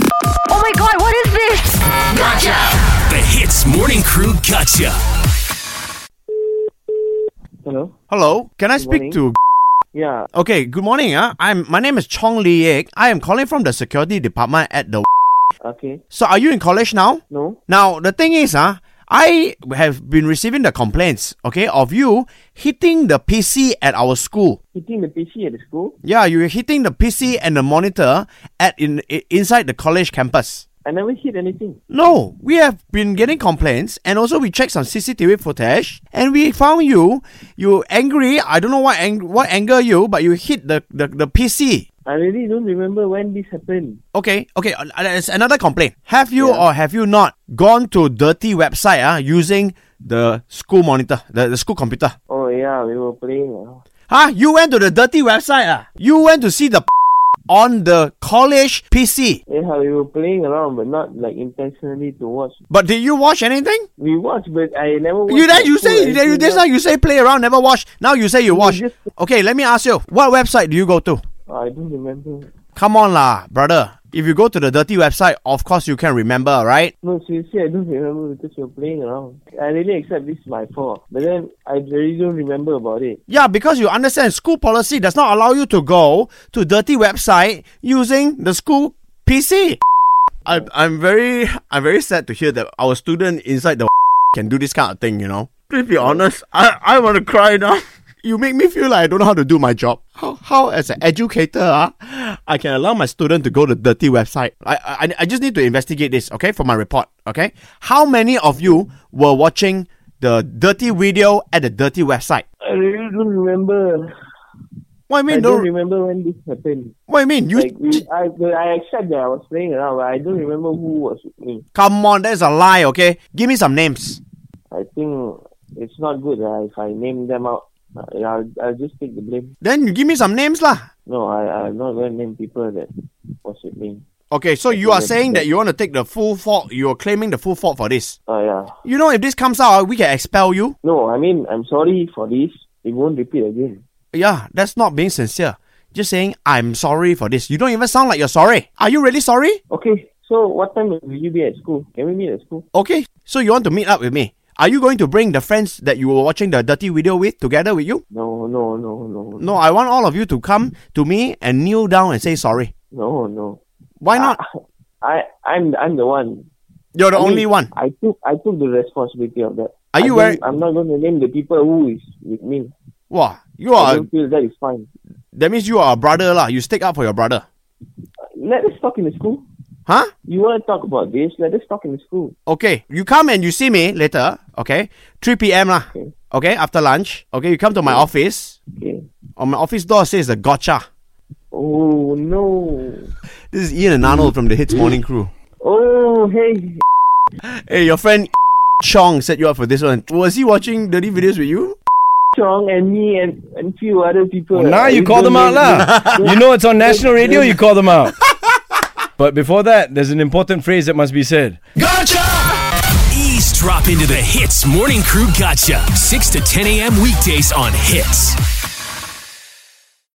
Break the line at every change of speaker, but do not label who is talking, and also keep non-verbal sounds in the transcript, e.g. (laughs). Oh my god, what is this?
The Hits Morning Crew Gotcha.
Hello.
Hello, can I speak to?
Yeah.
Okay, good morning. Uh. I'm my name is Chong Lee Ek. I am calling from the security department at the.
Okay.
So are you in college now?
No.
Now the thing is, uh, I have been receiving the complaints, okay, of you hitting the PC at our school.
Hitting the PC at the school.
Yeah, you were hitting the PC and the monitor at in i- inside the college campus.
I never hit anything.
No, we have been getting complaints and also we checked some CCTV footage and we found you you angry, I don't know what ang- what anger you, but you hit the, the, the PC.
I really don't remember when this happened.
Okay, okay, uh, there's another complaint. Have you
Yeah.
or have you not gone to dirty website uh, using the school monitor, the, the school computer?
Oh yeah, we were playing. uh,
Huh? You went to the dirty website ah? You went to see the (laughs) on the college PC.
Yeah, we were playing around, but not like intentionally to watch.
But did you watch anything?
We watched, but I never. Watched
You that
at
you
school
say
or
that you
anything
just now you say play around never watch. Now you say you watch.
just-
Okay, let me ask you. What website do you go to?
else. I don't remember.
Come on lah, brother. If you go to the dirty website, of course you can remember, right?
No, seriously, I don't remember because we were playing around. I really accept this is my fault, but then I really don't remember about it.
Yeah, because you understand school policy does not allow you to go to dirty website using the school PC. I, I'm very I'm very sad to hear that our student inside the (laughs) can do this kind of thing, you know. To be honest, I, I want to cry now. (laughs) You make me feel like I don't know how to do my job. How, how as an educator, ah, I can allow my student to go to dirty website. I, I I just need to investigate this, okay, for my report, okay? How many of you were watching the dirty video at the dirty website?
I really don't remember.
What do you
I
mean?
don't
Don't,
remember when this happened.
what do you mean? You
Like we, I, I accept that I was playing around, but I don't remember who was with me.
come on, that's a lie. Okay, give me some names.
I think it's not good uh, if I name them out. Uh, I'll, I'll just take the blame.
Then you give me some names lah.
No, I, I'm not going to name people that was with me.
Okay, so you are saying that you want to take the full fault. You are claiming the full fault for this.
Oh, yeah.
You know, if this comes out, we can expel you.
No, I mean, I'm sorry for this. It won't repeat again.
Yeah, that's not being sincere. Just saying, I'm sorry for this. You don't even sound like you're sorry. Are you really sorry?
Okay, so what time will you be at school? Can we meet at school?
Okay, so you want to meet up with me? Are you going to bring the friends that you were watching the dirty video with together with you?
No, no, no, no.
No, I want all of you to come to me and kneel down and say sorry.
No, no.
Why not?
I, I'm, I'm the one.
You're the
Uh, I mean,
only one.
I took, I took the responsibility of that.
Are
I
you
don't-
wearing-
I'm not going to name the people who is with me.
Wow, you
I
are
don't feel that is fine.
That means you are a brother lah. You stick up for your brother.
Let us talk in the school.
Huh?
You want to talk about this? Let us talk in the school.
Okay. You come and you see me later. Okay. 3 p.m. lah.
Okay.
Okay. After lunch. Okay. You come to my office.
Okay.
On my office door says the gotcha.
Oh no.
This is Ian and Arnold from the Hits Morning Crew.
Oh hey.
Hey, your friend (laughs) Chong set you up for this one. Was he watching dirty videos with you?
Chong and me and and few other people.
Well, now
I
you call
don't (laughs)
them out loud. (laughs) you know it's on national radio, you call them (laughs) out. But before that, there's an important phrase that must be said.
Eavesdrop into the Hits Morning Crew Gotcha. 6 to 10 a.m. weekdays on Hits.